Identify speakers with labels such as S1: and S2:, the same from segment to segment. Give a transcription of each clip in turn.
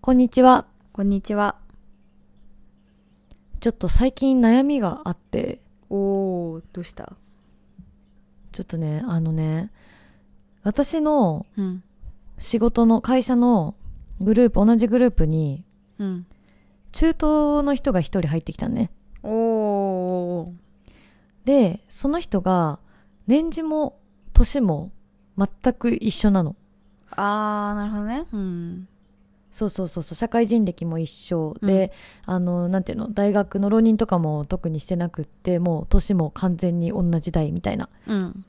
S1: こんにちは。
S2: こんにちは。
S1: ちょっと最近悩みがあって、
S2: おー、どうした
S1: ちょっとね、あのね、私の
S2: うん。
S1: 仕事の会社のグループ、同じグループに、
S2: うん。
S1: 中東の人が一人入ってきたのね。
S2: おー。
S1: で、その人が、年次も年も全く一緒なの。
S2: あー、なるほどね。うん。
S1: そうそうそうそう、社会人歴も一緒で、あの、なんていうの、大学の浪人とかも特にしてなくって、もう年も完全に同じ代みたいな。
S2: うん。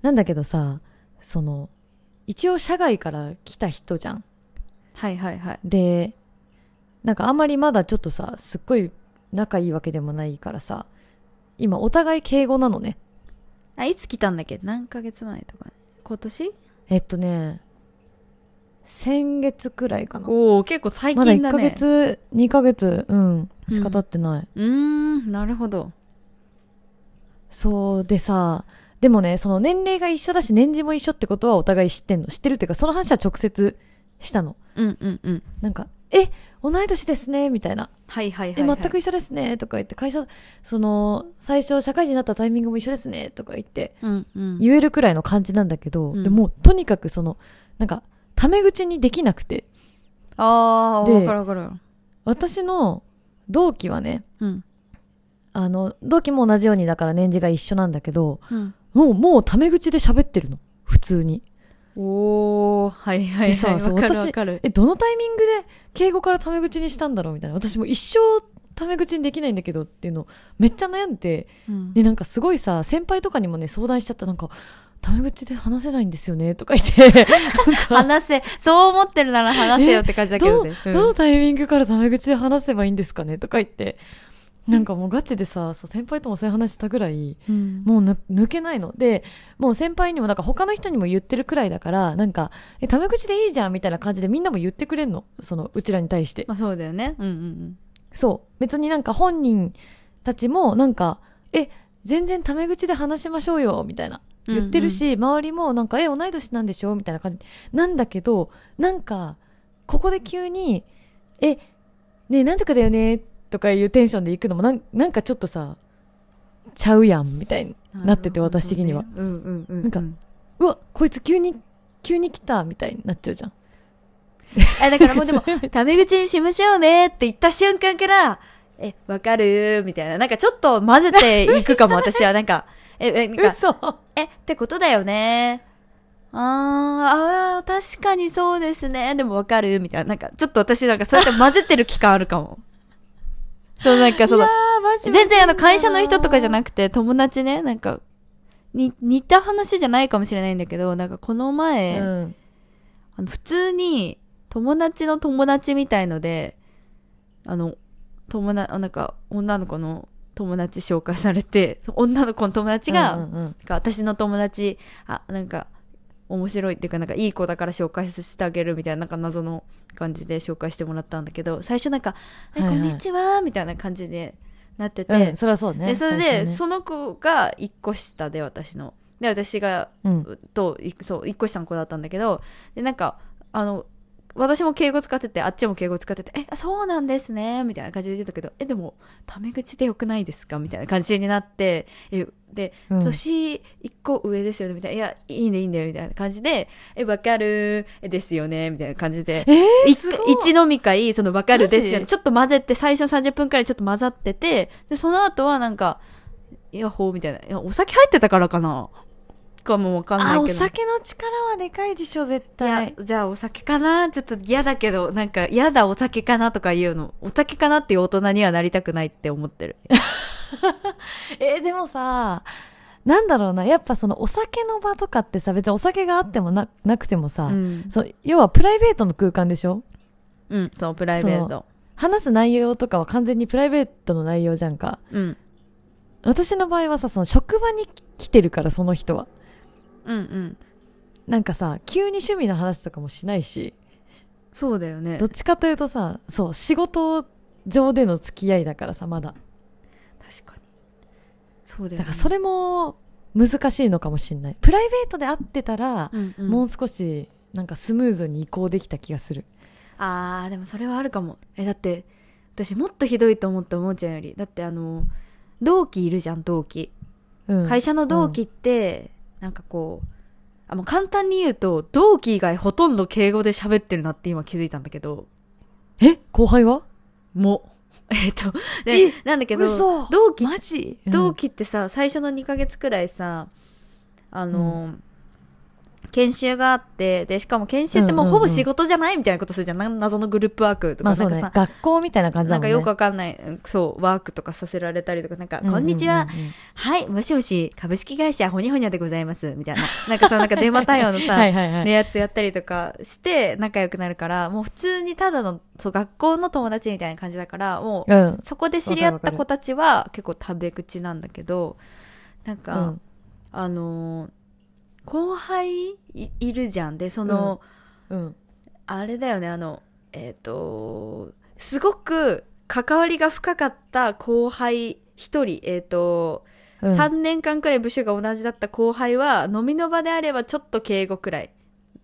S1: なんだけどさ、その、一応社外から来た人じゃん。
S2: はいはいはい。
S1: で、なんかあんまりまだちょっとさ、すっごい仲いいわけでもないからさ、今お互い敬語なのね。
S2: あ、いつ来たんだっけ何ヶ月前とかね。今年
S1: えっとね、先月くらいかな。
S2: おー、結構最
S1: まだ
S2: 近
S1: 1
S2: だね。
S1: ヶ月、2ヶ月、うん、しか経ってない。
S2: うーん、なるほど。
S1: そうでさ、でもね、その年齢が一緒だし、年次も一緒ってことはお互い知ってんの。知ってるっていうか、その話は直接したの。
S2: うんうんうん。
S1: なんか、え、同い年ですね、みたいな。
S2: はいはいは
S1: え、
S2: い、はい。
S1: 全く一緒ですね、とか言って、会社、その、最初、社会人になったタイミングも一緒ですね、とか言って、
S2: うんうん。
S1: 言えるくらいの感じなんだけど、
S2: うん
S1: でも、とにかくその、なんか、タメ口にできなくて、
S2: あー、
S1: で
S2: わかるわかる。
S1: 私の同期はね、
S2: うん。
S1: あの、同期も同じようにだから年次が一緒なんだけど、
S2: うん。
S1: もう、もうタメ口で喋ってるの。普通に。
S2: おー、はいはい
S1: で
S2: は
S1: さ
S2: い。
S1: そう
S2: わかる
S1: 私
S2: わかる。
S1: え、どのタイミングで敬語からタメ口にしたんだろうみたいな。私も一生タメ口にできないんだけどっていうの、めっちゃ悩んで、
S2: うん
S1: でなんかすごいさ先輩とかにもね相談しちゃったなんかタメ口で話せないんですよねとか言って
S2: 話せ、そう思ってるなら話せよって感じだけ
S1: ど
S2: ど
S1: う
S2: ね。
S1: どのタイミングからタメ口で話せばいいんですかねとか言ってなんかもうガチでさそう先輩ともそういう話したぐらい
S2: うん
S1: もうぬ抜けないのでもう先輩にもなんか他の人にも言ってるくらいだからなんかえタメ口でいいじゃんみたいな感じでみんなも言ってくれんのそのうちらに対して
S2: まあそうだよね。うんうん
S1: そう別になんか本人たちもなんかえ全然タメ口で話しましょうよみたいな
S2: うん。
S1: 言ってるし、周りもなんか「え同い年なんでしょ?」みたいな感じなんだけどなんかここで急に「えねえなんとかだよね」とかいうテンションで行くのもなんなんかちょっとさちゃうやんみたいな
S2: うん、
S1: なってて私的には
S2: なるほどね。うんうんうん。
S1: なんかうわこいつ急に急に来たみたいになっちゃうじゃん
S2: え、だからもうでも、
S1: それ
S2: タメ口にしましょうねって言った瞬間から、え、わかるみたいな。なんかちょっと混ぜていくかも、私は。なんか、え、え、なんか、
S1: 嘘
S2: え、ってことだよね。あー、あー、確かにそうですね。でもわかるみたいな。なんか、ちょっと私なんかそうやって混ぜてる期間ある かも。そう、なんかそ
S1: い
S2: の
S1: や、ーマジ
S2: 全然あの会社の人とかじゃ
S1: く
S2: なくて友達ねなんかに似た話じゃないかもしれないんだけどなんかこの前、
S1: うん、
S2: あの普通に友達の友達みたいのであの友ななんか女の子の友達紹介されて その女の子の友達が、
S1: うんうんうん
S2: なんか私の友達あなんか面白いっていうかなんかいい子だから紹介してあげるみたいななんか謎の感じで紹介してもらったんだけど最初なんか「え
S1: はいはい
S2: こんにちは」みたいな感じでなってて、
S1: うんそりゃそうね
S2: でそれ
S1: 最
S2: で、
S1: 初ね
S2: その子が1個下で私ので私が
S1: うん
S2: といそう1個下の子だったんだけどでなんかあの私も敬語使っててあっちも敬語使ってて「えそうなんですね」みたいな感じで言ってたけど「えでもタメ口でよくないですか?」みたいな感じになってえで
S1: うん
S2: 年一個上ですよねみたいな「いやいいねいいね」みたいな感じで「えわかるえですよね」みたいな感じで
S1: えー
S2: 一
S1: すごい
S2: 一飲み会そのわかるですよ
S1: マジ
S2: ねちょっと混ぜて最初30分くらいちょっと混ざっててでその後はなんか「いやほう」みたいないやお酒入ってたからかなかもわかんないけ
S1: あ
S2: ど
S1: お酒の力はでかいでしょ絶
S2: い
S1: 対
S2: やじゃあお酒かなちょっと嫌だけどなんか嫌だお酒かなとか言うのお酒かなっていう大人にはなりたくないって思ってる
S1: えーでもさなんだろうなやっぱそのお酒の場とかってさ別にお酒があってもななくてもさ、
S2: うん
S1: そう要はプライベートの空間でしょ
S2: うんそのプライベート
S1: 話す内容とかは完全にプライベートの内容じゃんか
S2: うん
S1: 私の場合はさその職場に来てるからその人は
S2: うんうん
S1: なんかさ急に趣味の話とかもしないし
S2: そうだよね
S1: どっちかというとさそう仕事上での付き合いだからさまだ
S2: 確かにそうだよ、ね、
S1: だからそれも難しいのかもしんないプライベートで会ってたら、
S2: うんうん、
S1: もう少しなんかスムーズに移行できた気がする
S2: あーでもそれはあるかもえだって私もっとひどいと思ったもーちゃんよりだってあの同期いるじゃん同期
S1: うん、
S2: 会社の同期って、なんかこうあもう簡単に言うと同期以外ほとんど敬語で喋ってるなって今気づいたんだけど
S1: え後輩は
S2: も えっとでなんだけど
S1: 嘘
S2: 同期
S1: マジ
S2: 同期ってさ最初の2ヶ月くらいさあのー、研修があってでしかも研修ってもうほぼ仕事じゃないみたいなことするじゃん,、なん謎のグループワークと
S1: ま
S2: か、
S1: あそう
S2: なん
S1: ね
S2: かさ
S1: 学校みたいな感じだも
S2: なん
S1: ん
S2: か
S1: ね
S2: よくわかんないうんそうワークとかさせられたりとかなんか「
S1: うんうん
S2: こ
S1: うん
S2: んにちは、はいもしもし株式会社ほにゃほにゃでございます」みたいななんかそうなんか電話対応のさ
S1: はいはいはい、
S2: ねやつやったりとかして仲良くなるからもう普通にただのそう学校の友達みたいな感じだからもう
S1: うん
S2: そこで知り合った子たちは結構タメ口なんだけど、なん
S1: う
S2: か、
S1: ん
S2: あのー後輩いいるじゃん。で、その、
S1: うん
S2: あれだよね、あの、えっ、と、すごく関わりが深かった後輩一人、えっ、と、
S1: うん
S2: 3年間くらい部署が同じだった後輩は、飲みの場であればちょっと敬語くらい。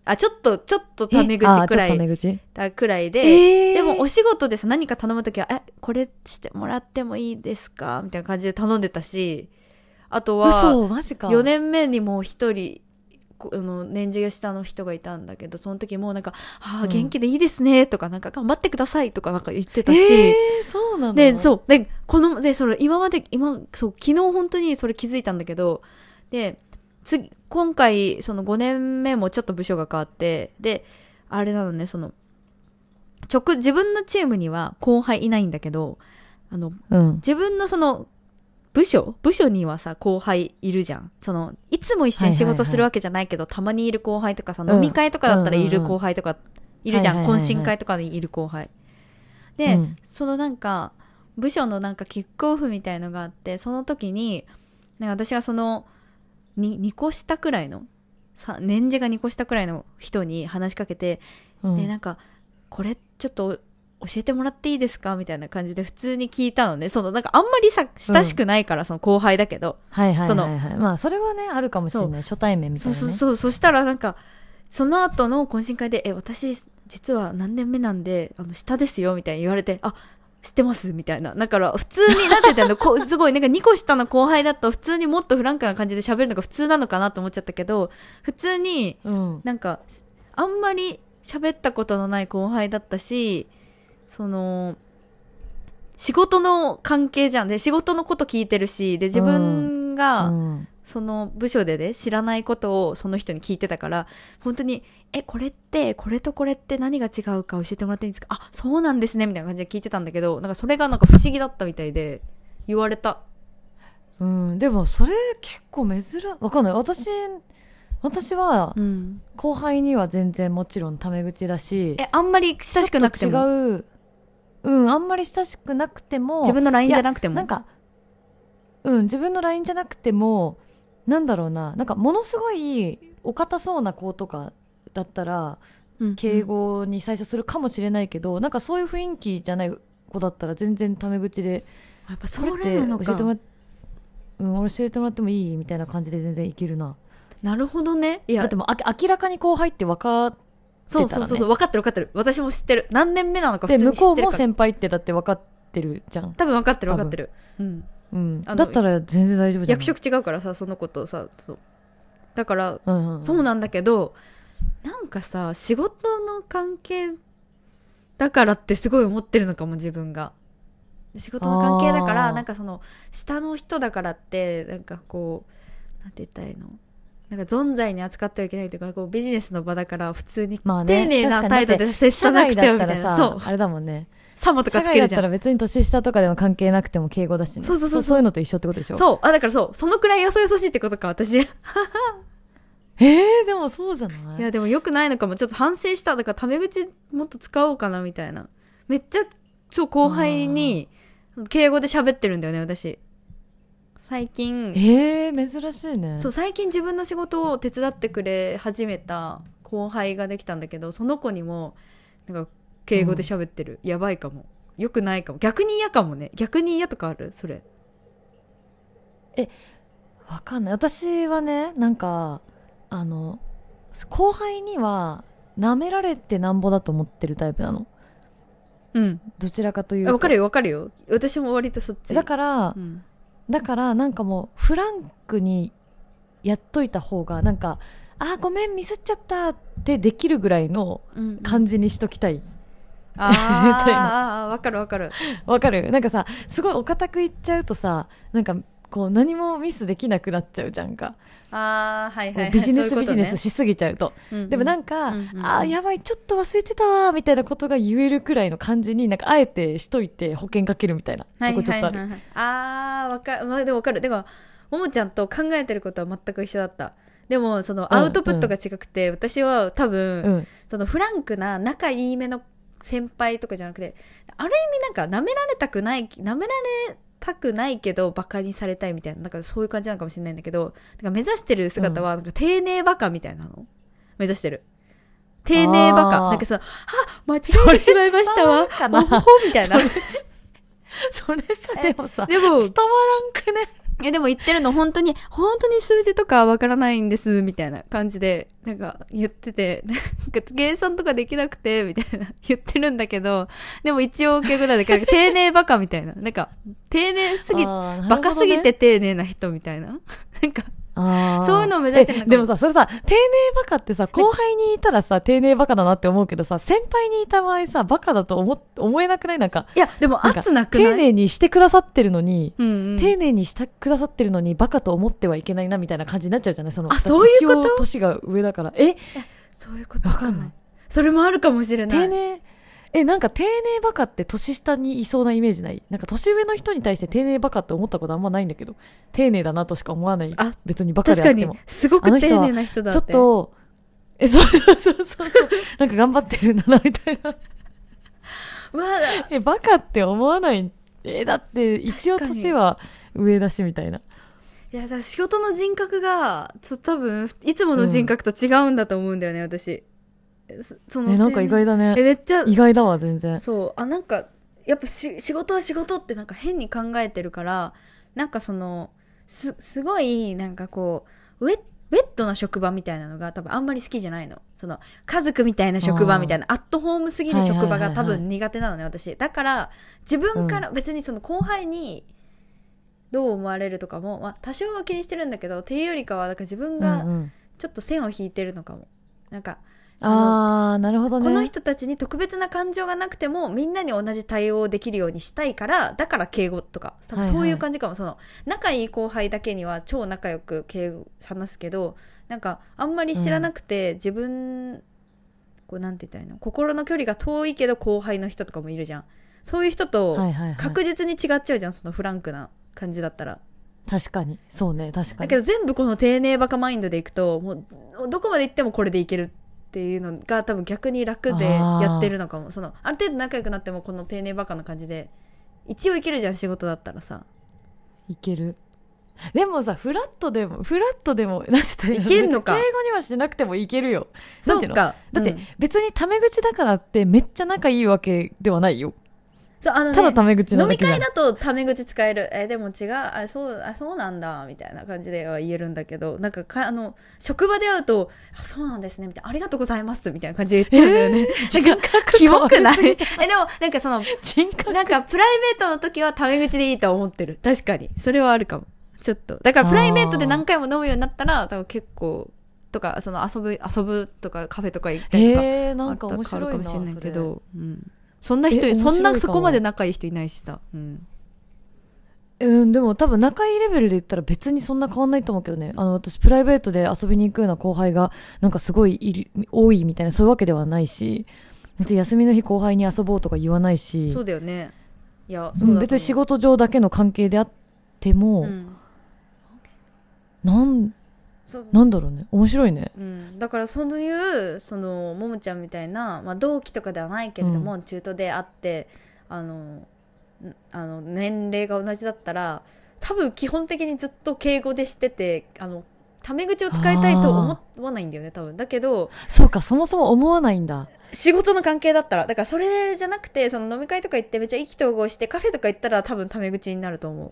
S2: あ、ちょっと、ちょっとタメ
S1: えあ
S2: 口
S1: ー
S2: くら
S1: ちょっとタメ
S2: い、
S1: 口
S2: だくらいで、
S1: え
S2: でもお仕事でさ何か頼むときは「えこれしてもらってもいいですか?」みたいな感じで頼んでたしあとは
S1: 嘘マジか
S2: 4年目にもう一人こあの年次が下の人がいたんだけどその時もうなんか「あ
S1: う
S2: あ
S1: ん
S2: 元気でいいですね」とか「なんか頑張ってください」とかなんか言ってた
S1: だし、
S2: し、
S1: そうなの
S2: で
S1: う
S2: そうでこのでそれ今まで今そう昨日本当にそれ気づいたんだけどで次今回その5年目もちょっと部署が変わってであれなのねその直自分のチームには後輩いないんだけどあの
S1: うん
S2: 自分のその部署部署にはさ後輩いるじゃんそのいつも一緒に仕
S1: はいはいは
S2: 事
S1: い
S2: するわけじゃないけど、たまにいる後輩とかさ
S1: うん
S2: 飲み会とかだったらいる
S1: うんうんうん
S2: 後輩とかいるじゃん、
S1: はいはいはいはい
S2: 懇親会とかでいる後輩で、
S1: うん
S2: そのなんか部署のなんかキックオフみたいのがあってその時になんか私がそのに2個下くらいのさ年次が2個下くらいの人に話しかけて
S1: うん
S2: でなんかこれちょっと教えてもらっていいですかみたいな感じで普通に聞いたのねそのなんかあんまりさ親しくないから、その後輩だけど、
S1: はいはい
S2: そ
S1: はいはいまあそれはねあるかもしれない初対面みた
S2: そ
S1: いうな、ね、
S2: そうそうそしたらなんかその後の懇親会で「え私実は何年目なんであの下ですよ」みたいに言われて「あ知ってます」みたいなだから普通になって たのこうすごいなんか2個下の後輩だと普通にもっとフランクな感じで喋るのが普通なのかなと思っちゃったけど普通に
S1: うん
S2: なんかあんまり喋ったことのない後輩だったしその仕事の関係じゃんで仕事のこと聞いてるしで自分が、
S1: うん
S2: その部署でね知らないことをその人に聞いてたから本当に「えこれってこれとこれって何が違うか教えてもらっていいんですかあそうなんですね」みたいな感じで聞いてたんだけどなんかそれがなんか不思議だったみたいで言われた
S1: うん、でもそれ結構珍わかんない私私は
S2: うん
S1: 後輩には全然もちろんタメ口だし
S2: えあんまり親しくなくて
S1: ちょっ
S2: も
S1: と違ううんあんまり親しくなくても
S2: 自分の LINE じゃなくても
S1: なんかうん自分の LINE じゃなくてもなんだろうななんかものすごいお堅そうな子とかだったら
S2: うん
S1: 敬語に最初するかもしれないけど、なんかそういう雰囲気じゃない子だったら全然タメ口で
S2: やっぱ
S1: 「
S2: そ
S1: れ
S2: れ
S1: って
S2: なの
S1: 教えても
S2: から
S1: うん、俺教えてもらってもいい?」みたいな感じで全然いけるな
S2: なるほどねい
S1: だ
S2: や
S1: ってもうあ明らかに後輩って分かっ
S2: そう
S1: てたら
S2: そう
S1: ね
S2: そうそう分かってる分かってる私も知ってる何年目なのか普
S1: て
S2: 通
S1: 向
S2: に知って
S1: こ
S2: る
S1: う
S2: から
S1: も先輩ってだって分かってるじゃん、
S2: 多分分かってる分かってる、うん、
S1: うん、
S2: あの
S1: だったら全然大丈夫じゃん
S2: 役職違うからさその子とさそうだから
S1: うんうんうん
S2: そうなんだけど、なんかさ、仕事の関係だからってすごい思ってるのかも、自分が。仕事の関係だか
S1: あ
S2: ら、
S1: ー
S2: なんかその、下の人だからって、なんかこう、なんて言ったらいいのなんか存在に扱ってはいけないというか、こうビジネスの場だから普通に
S1: まあね
S2: 丁寧な
S1: 確か
S2: 態
S1: に
S2: 度で接し
S1: 社
S2: たなく
S1: 外
S2: て
S1: だっ
S2: はみ
S1: た
S2: た
S1: ら
S2: いな。そ
S1: さ
S2: う。
S1: あれだもんね
S2: サモとか
S1: 社
S2: つ
S1: 外だ
S2: ける
S1: っ
S2: じ
S1: た
S2: ゃん。
S1: ら別に年下とかでも関係なくても敬語だしね
S2: そうそうそうそう
S1: そういうのと一緒ってことでしょ
S2: そう。あ、だからそう。そのくらいよそよそしいってことか、私。い
S1: えー、でもそうじゃない
S2: や、でも良くないのかも。ちょっと反省した。だから、タメ口もっと使おうかな、みたいな。めっちゃ、そう、後輩に、敬語で喋ってるんだよね、私。最近、
S1: えー、珍しいね
S2: そう、最近自分の仕事を手伝ってくれ始めた後輩ができたんだけど、その子にも、なんか、敬語で喋ってる。やばいかも。良くないかも。逆に嫌かもね。逆に嫌とかあるそれ。
S1: わかんない私はねなんかあの後輩には舐められてなんぼだと思ってるタイプなの
S2: うん
S1: どちらかというと
S2: わかるよわかるよ私も割とそっち
S1: だから
S2: うん
S1: だからなんかもうフランクにやっといた方がなんか「あーごめんミスっちゃった」ってできるぐらいの
S2: うん
S1: 感じにしときたい
S2: あ
S1: み
S2: ー
S1: たい
S2: あーあーわかるわかる
S1: わかるなんかさすごいお堅くいっちゃうとさなんかこう何もミスできなくなっちゃうじゃんか、
S2: ああはいはい、はい、
S1: ビジネス
S2: そういう
S1: ビ
S2: こと
S1: ジ
S2: ね
S1: ネスしすぎちゃうと
S2: うんうん
S1: でもなんか、
S2: うんうんうん
S1: あーやばいちょっと忘れてたわーみたいなことが言えるくらいの感じになんかあえてしといて保険かけるみたいなとこちょっとある、
S2: はいはいはいはい、あーわかる、まあ、でもわかるでもももちゃんと考えてることは全く一緒だったでもその
S1: うん
S2: アウトプットが違くて、私は多分、
S1: うん、
S2: そのフランクな仲いいめの先輩とかじゃなくてある意味なんか舐められたくない舐められたくないけどバカにされたいみたいななんかそういう感じなのかもしれないんだけどなんか目指してる姿はなんか丁寧バカみたいなの目指してる丁寧バカ
S1: あー
S2: なんかさあ間違えてしまいました
S1: それ伝わ
S2: わ
S1: るかな
S2: おほほみたいな
S1: それさで
S2: え
S1: もさ
S2: でも
S1: 伝わらんくね
S2: え、でも言ってるの本当に、本当に数字とかわからないんです、みたいな感じで、なんか言ってて、なんか計算とかできなくて、みたいな言ってるんだけど、でも一応結局なんだけど、丁寧バカみたいな。なんか、丁寧すぎ、
S1: あーなるほどね
S2: バカすぎて丁寧な人みたいな。なんか、
S1: あー
S2: そういうのを目指してるのか
S1: え
S2: も
S1: でもさそれさ丁寧バカってさ後輩にいたらさ丁寧バカだなって思うけどさ先輩にいた場合さバカだと思思えなくないなんか
S2: いや、でも
S1: なんか
S2: 圧なくない
S1: 丁寧にしてくださってるのに、
S2: うんうん、
S1: 丁寧にしたくださってるのにバカと思ってはいけないなみたいな感じになっちゃうじゃないその
S2: あそういうこと
S1: 一応年が上だからえ
S2: そういうこと
S1: わかんない。
S2: それもあるかもしれない。
S1: 丁寧えなんか丁寧バカって年下にいそうなイメージないなんか年上の人に対して丁寧バカって思ったことあんまないんだけど丁寧だなとしか思わない
S2: あ
S1: 別にバカで
S2: 確
S1: あ
S2: か
S1: って
S2: に
S1: も、
S2: すごく丁寧な人だ
S1: ちょ
S2: っ。
S1: ってとえそうそうそうそう そうなんか頑張ってるんだなみたいな
S2: うわあ
S1: えバカって思わないえだって一応
S2: 確かに
S1: 年は上だしみたいない
S2: や、だから仕事の人格が、ちょ多分、いつもの人格と違うんだと思うんだよね、私。えそその
S1: えなんか意外だ
S2: え、
S1: ね
S2: めっちゃ、
S1: 意外だわ全然
S2: そう、あ、なんか、やっぱし仕事は仕事ってなんか変に考えてるから、なんかその、す、すごい、なんかこう、ウェッウェットな職場みたいなのが多分あんまり好きじゃないの。その、家族みたいな職場みたいな、アットホームすぎる職場
S1: はいはいはい
S2: が
S1: はい
S2: 多分苦手なのね、私。だから、自分から、別にその後輩に、どう思われるとかも、まあ、多少は気にしてるんだけど、っていうよりかは、なんか自分
S1: うん
S2: が
S1: うん
S2: ちょっと線を引いてるのかも。なんか、
S1: ああなるほどね
S2: この人たちに特別な感情がなくてもみんなに同じ対応できるようにしたいからだから敬語とか多分
S1: はいはい
S2: そういう感じかも、その仲いい後輩だけには超仲良く敬語話すけどなんかあんまり知らなくて、自分こうなんて言ったらいいの心の距離が遠いけど後輩の人とかもいるじゃんそういう人
S1: は
S2: と
S1: いはいはい、
S2: 確実に違っちゃうじゃん、そのフランクな感じだったら
S1: 確かにそうね確か
S2: だ
S1: に
S2: けど全部この丁寧バカマインドでいくともうどこまで行ってもこれでいけるっていうのが多分逆に楽でやってるのかもそのある程度仲良くなってもこの丁寧バカな感じで一応いけるじゃん仕事だったらさ
S1: いけるでもさフラットでもフラットでも なんて言ったらの
S2: いけんのか
S1: 敬語にはしなくてもいけるよな
S2: そ
S1: ん
S2: う
S1: ていうの
S2: か
S1: だって
S2: うん
S1: 別にタメ口だからってめっちゃ仲いいわけではないよ
S2: そうあのね
S1: ただタメ口な
S2: 飲
S1: だ
S2: み
S1: けじゃ
S2: 会
S1: ん
S2: だとタメ口使えるえでも違うあそうあそうなんだみたいな感じでは言えるんだけどなんかかあの職場で会うとあそうなんですねみたいなありがとうございますみたいな感じ で言っちゃうんだよ ね、
S1: 人格
S2: キモくな
S1: 変
S2: い
S1: わり
S2: え
S1: すぎ
S2: で
S1: じ
S2: もなんかその
S1: ゃん人格
S2: なんかプライベートの時はタメ口でいいとは思ってる。確かに。それはあるかも。ちょっと。だからプライベートで何回も飲むようになったら、多分結構、とか、その遊ぶ、遊ぶとかカフェとか行ったりとか。
S1: へえなんか
S2: あっ
S1: 面
S2: たら
S1: 白いな
S2: 変わるかもしれないけ
S1: それ
S2: ど、うん。そんな人
S1: え、
S2: そん
S1: 面白いか
S2: な、
S1: も
S2: そこまで仲いい人いないしさ。うん。
S1: うんでも多分仲いいレベルで言ったら別にそんな変わんないと思うけどねあの私プライベートで遊びに行くような後輩がなんかすごいいる多いみたいなそういうわけではないし別に休みの日後輩に遊ぼうとか言わないし
S2: そうだよね。いや、
S1: う
S2: そうんだ
S1: 別に仕事上だけの関係であっても、
S2: も。うん。
S1: なん
S2: そうそう
S1: なんだろうね面白いね
S2: うん、だからそういうそのももちゃんみたいな、まあ、同期とかではないけれども、中途であってあのんあの年齢が同じだったら多分基本的にずっと敬語でしててあのタメ口を使いたいと思わないんだよね多分だけど
S1: そうかそもそも思わないんだ
S2: 仕事の関係だったらだからそれじゃなくてその飲み会とか行ってめっちゃ意気投合してカフェとか行ったら多分タメ口になると思う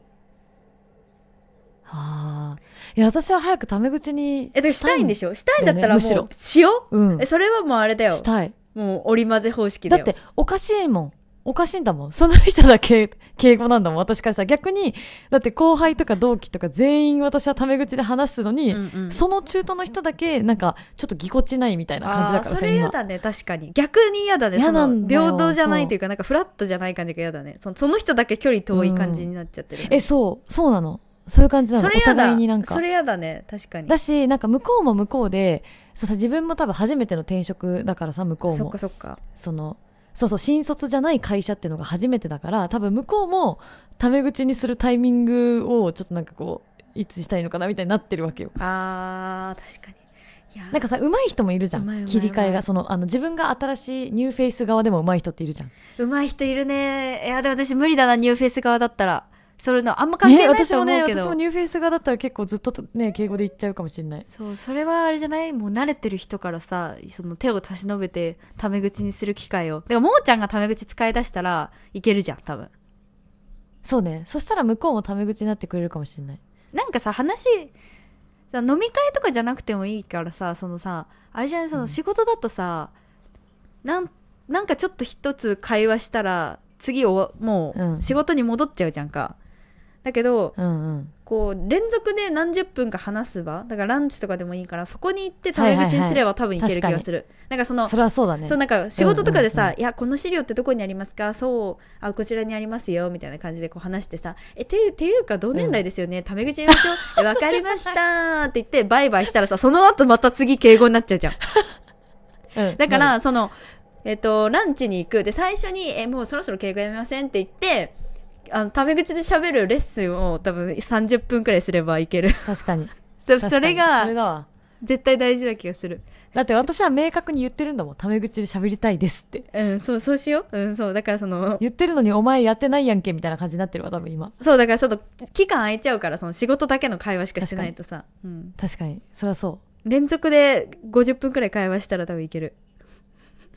S1: ああいや私は早くタメ口に
S2: え、だからしたいんで
S1: ょ
S2: しょしたいんだったらも
S1: だよね
S2: う、しよ
S1: うん
S2: う。え、それはもうあれだよ
S1: し。たい
S2: もう織り交ぜ方式
S1: だ
S2: だ
S1: っ
S2: よ。
S1: ておかしいもんおかしいんだもんその人だけ敬語なんだもん私からさ逆にだって後輩とか同期とか全員私はタメ口で話すのに、
S2: うんうん
S1: その中途の人だけなんかちょっとぎこちないみたいな感じだから
S2: あー
S1: さ
S2: それ嫌
S1: 今
S2: だね確かに逆に嫌だね
S1: 嫌
S2: そ
S1: な
S2: の
S1: んだよ
S2: 平等じゃないというかなんかフラットじゃない感じが嫌だねそのその人だけ距離遠い感じになっちゃってる、
S1: えそうそうなのそういう感じなの
S2: それ
S1: お
S2: 嫌
S1: 互いになん
S2: だ
S1: か
S2: それ嫌だね確かに
S1: だしなんか向こうも向こうでそうさ自分も多分初めての転職だからさ向こう
S2: そっ
S1: も
S2: かそっか
S1: そのそうそう新卒じゃない会社っていうのが初めてだから多分向こうもタメ口にするタイミングをちょっとなんかこういつしたいのかなみたいになってるわけよ
S2: あー確かにいや
S1: なんかさ上手い人もいるじゃ
S2: うまいうま
S1: ん
S2: い
S1: 切り替え
S2: うま
S1: が
S2: い
S1: そのあの自分が新しいニューフェイス側でも上手い人っているじゃん
S2: うまい人いるねいやでも私無理だなニューフェイス側だったらそれのあんま関係ない
S1: 私
S2: と
S1: も
S2: 思
S1: ね
S2: うけど、
S1: 私もニューフェイス側だったら結構ずっとね敬語で言っちゃうかもしれない
S2: そうそれはあれじゃないもう慣れてる人からさその手を差し伸べてタメ口にする機会をだからもーちゃんがタメ口使い出したらいけるじゃん多分
S1: そうねそしたら向こうもタメ口になってくれるかもしれない
S2: なんかさ話さ飲み会とかじゃなくてもいいからさそのさあれじゃないその仕事だとさ、なんなんかちょっと一つ会話したら次をも
S1: う
S2: うん仕事に戻っちゃうじゃんか、だけど
S1: うんうん
S2: こう連続で何十分か話す場だからランチとかでもいいからそこに行ってタメ口にすれば多分いける気がする、なんかその
S1: それはそうだね
S2: そうなんか仕事とかでさ「
S1: うんうん
S2: いやこの資料ってどこにありますか?」そう「あこちらにありますよ」みたいな感じでこう話してさ「えていうていうか同年代ですよね、タメ口にしましょう えわかりました」って言ってバイバイしたらさその後また次敬語になっちゃうじゃん
S1: うん
S2: だか
S1: な
S2: ら、
S1: る
S2: そのえっ、とランチに行くで最初に「えもうそろそろ敬語やめません」って言ってあのタメ口で喋るレッスンを多分30分くらいすればいける
S1: 確かに
S2: そ
S1: 確かに
S2: それが
S1: それだわ
S2: 絶対大事な気がする
S1: だって私は明確に言ってるんだもんタメ口で喋りたいですって
S2: うんそうそうしよううんそうだからその
S1: 言ってるのにお前やってないやんけみたいな感じになってるわ多分今
S2: そうだからちょっと期間空いちゃうからその仕事だけの会話しかしてないとさ、うん、
S1: 確かにそりゃそ
S2: 連続で50分くらい会話したら多分いける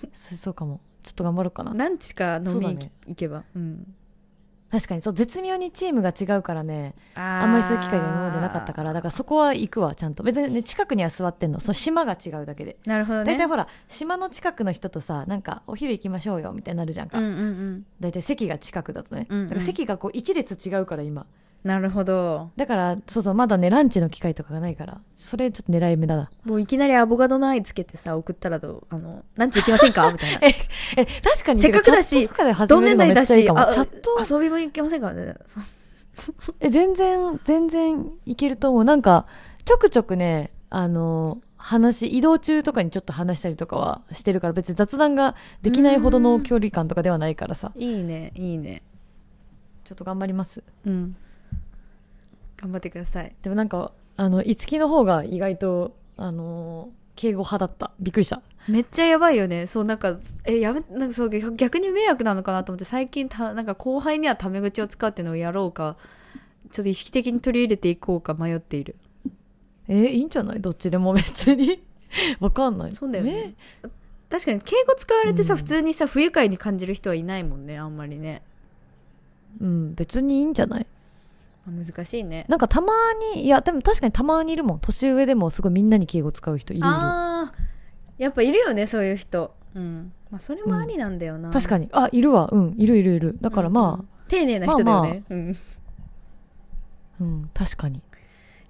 S1: うそそうかもちょっと頑張ろうかな
S2: ランチか
S1: そ
S2: 飲みに行き、
S1: うだね
S2: 行けば、うん、
S1: 確かにそう絶妙にチームが違うからね
S2: あ
S1: あんまりそういう機会が今までなかったからだからそこは行くわちゃんと別にね近くには座ってんのその島が違うだけで
S2: らなるほどね
S1: 大体ほら島の近くの人とさなんかお昼行きましょうよみたいになるじゃんか、
S2: うんうんうん
S1: 大体席が近くだとね、
S2: うんうん
S1: だから席がこう一列違うから今
S2: なるほど
S1: だからそうそうまだねランチの機会とかがないからそれちょっと狙い目だな
S2: もういきなりアボカドの愛つけてさ送ったらどうあのランチ行きませ んかみたいな
S1: え、え、確かに。
S2: せっかくだ
S1: チャッ
S2: し
S1: トとかで始
S2: 同
S1: める
S2: 年
S1: のめっ
S2: 代だ
S1: ちゃいい
S2: し
S1: かも。
S2: あ
S1: チャット、
S2: 遊びも行けませんかみたいなそう
S1: え、全然、全然いけると思う。なんか、ちょくちょくね、あの、話、移動中とかにちょっと話したりとかはしてるから、別に雑談ができないほどの距離感とかではないからさ。
S2: いいねいいね
S1: ちょっと頑張ります。
S2: うん頑張ってください
S1: でもなんか、あの、いつきの方が意外と、あの、敬語派だった。びっくりした。
S2: めっちゃやばいよねそうなんかえやめなんかそう逆逆に迷惑なのかなと思って最近たなんか後輩にはタメ口を使うっていうのをやろうかちょっと意識的に取り入れていこうか迷っている
S1: えいいんじゃないどっちでも別に。 わかんない。
S2: そうだよね。確かに敬語使われてさ、普通にさ不愉快に感じる人はいないもんねあんまりね、
S1: うん、別にいいんじゃない
S2: まあ難しいね
S1: なんかたまに、いや、でも確かにたまにいるもん。年上でもすごいみんなに敬語使う人いるいる。
S2: あーやっぱいるよねそういう人うんまあそれもありなんだよな、
S1: 確
S2: に
S1: かに。あ、いるわ。うん、いるいるいる。だ
S2: だ
S1: からま
S2: 丁寧な人だよね、
S1: あ、うん、確かに。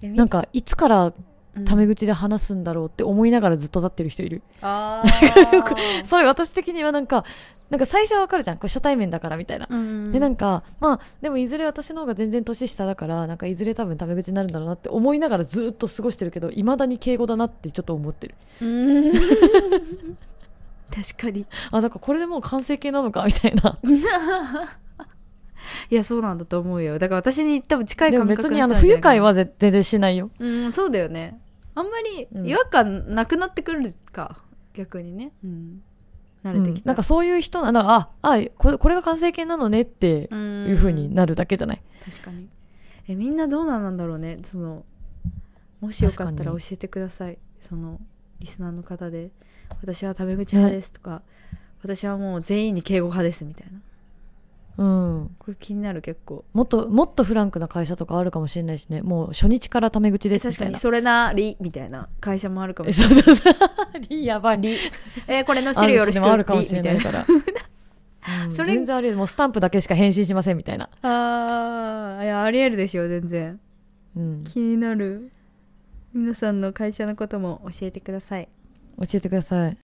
S2: うん
S1: なんか、いつから
S2: うん
S1: タメ口で話すんだろうって思いながらずっと立ってる人いる。
S2: あー
S1: それ私的にはなんか、なんか最初はわかるじゃん。 こう初対面だからみたいな。
S2: うん
S1: で、なんか、まあ、でもいずれ私の方が全然年下だから、なんかいずれ多分タメ口になるんだろうなって思いながらずっと過ごしてるけど、未だに敬語だなってちょっと思ってる。
S2: うーん確かに
S1: あ、なんかこれでもう完成形なのかみたいな。
S2: いやそうなんだと思うよだから私に多分近い
S1: でも
S2: 感覚
S1: 別にあの
S2: 人なん
S1: 不
S2: じゃ
S1: 愉
S2: ないかな
S1: 快は絶全然しないよ。
S2: うんそうだよねあんまり
S1: うん
S2: 違和感なくなってくるか、逆にね、うん、慣れ
S1: う
S2: てき
S1: んな
S2: た
S1: んかそういう人ななんかああこれこれが完成形なのねって
S2: うん
S1: いう風になるだけじゃない、
S2: 確かにえみんなどうなんだろうねそのもしよかったら教えてくださいそのリスナーの方で私はタメ口派ですとか、私はもう全員に敬語派ですみたいな
S1: うん、
S2: これ気になる結構
S1: もっともっとフランクな会社とかあるかもしれないしねもう初日からタメ口ですみ
S2: 確
S1: た
S2: か
S1: い
S2: に
S1: な
S2: それなりみたいな会社もあるかもし
S1: そうそうそうリやばい
S2: れないえーこれの資料よろしく
S1: あるかも
S2: り
S1: しれ
S2: みた
S1: ないい
S2: な
S1: から、うん
S2: それ
S1: 全然あり得るもうスタンプだけしか返信しませんみたいな、
S2: あーいやありえるでしょ全然
S1: うん、教
S2: 気になる皆さんの会社のことも教えてください
S1: えてください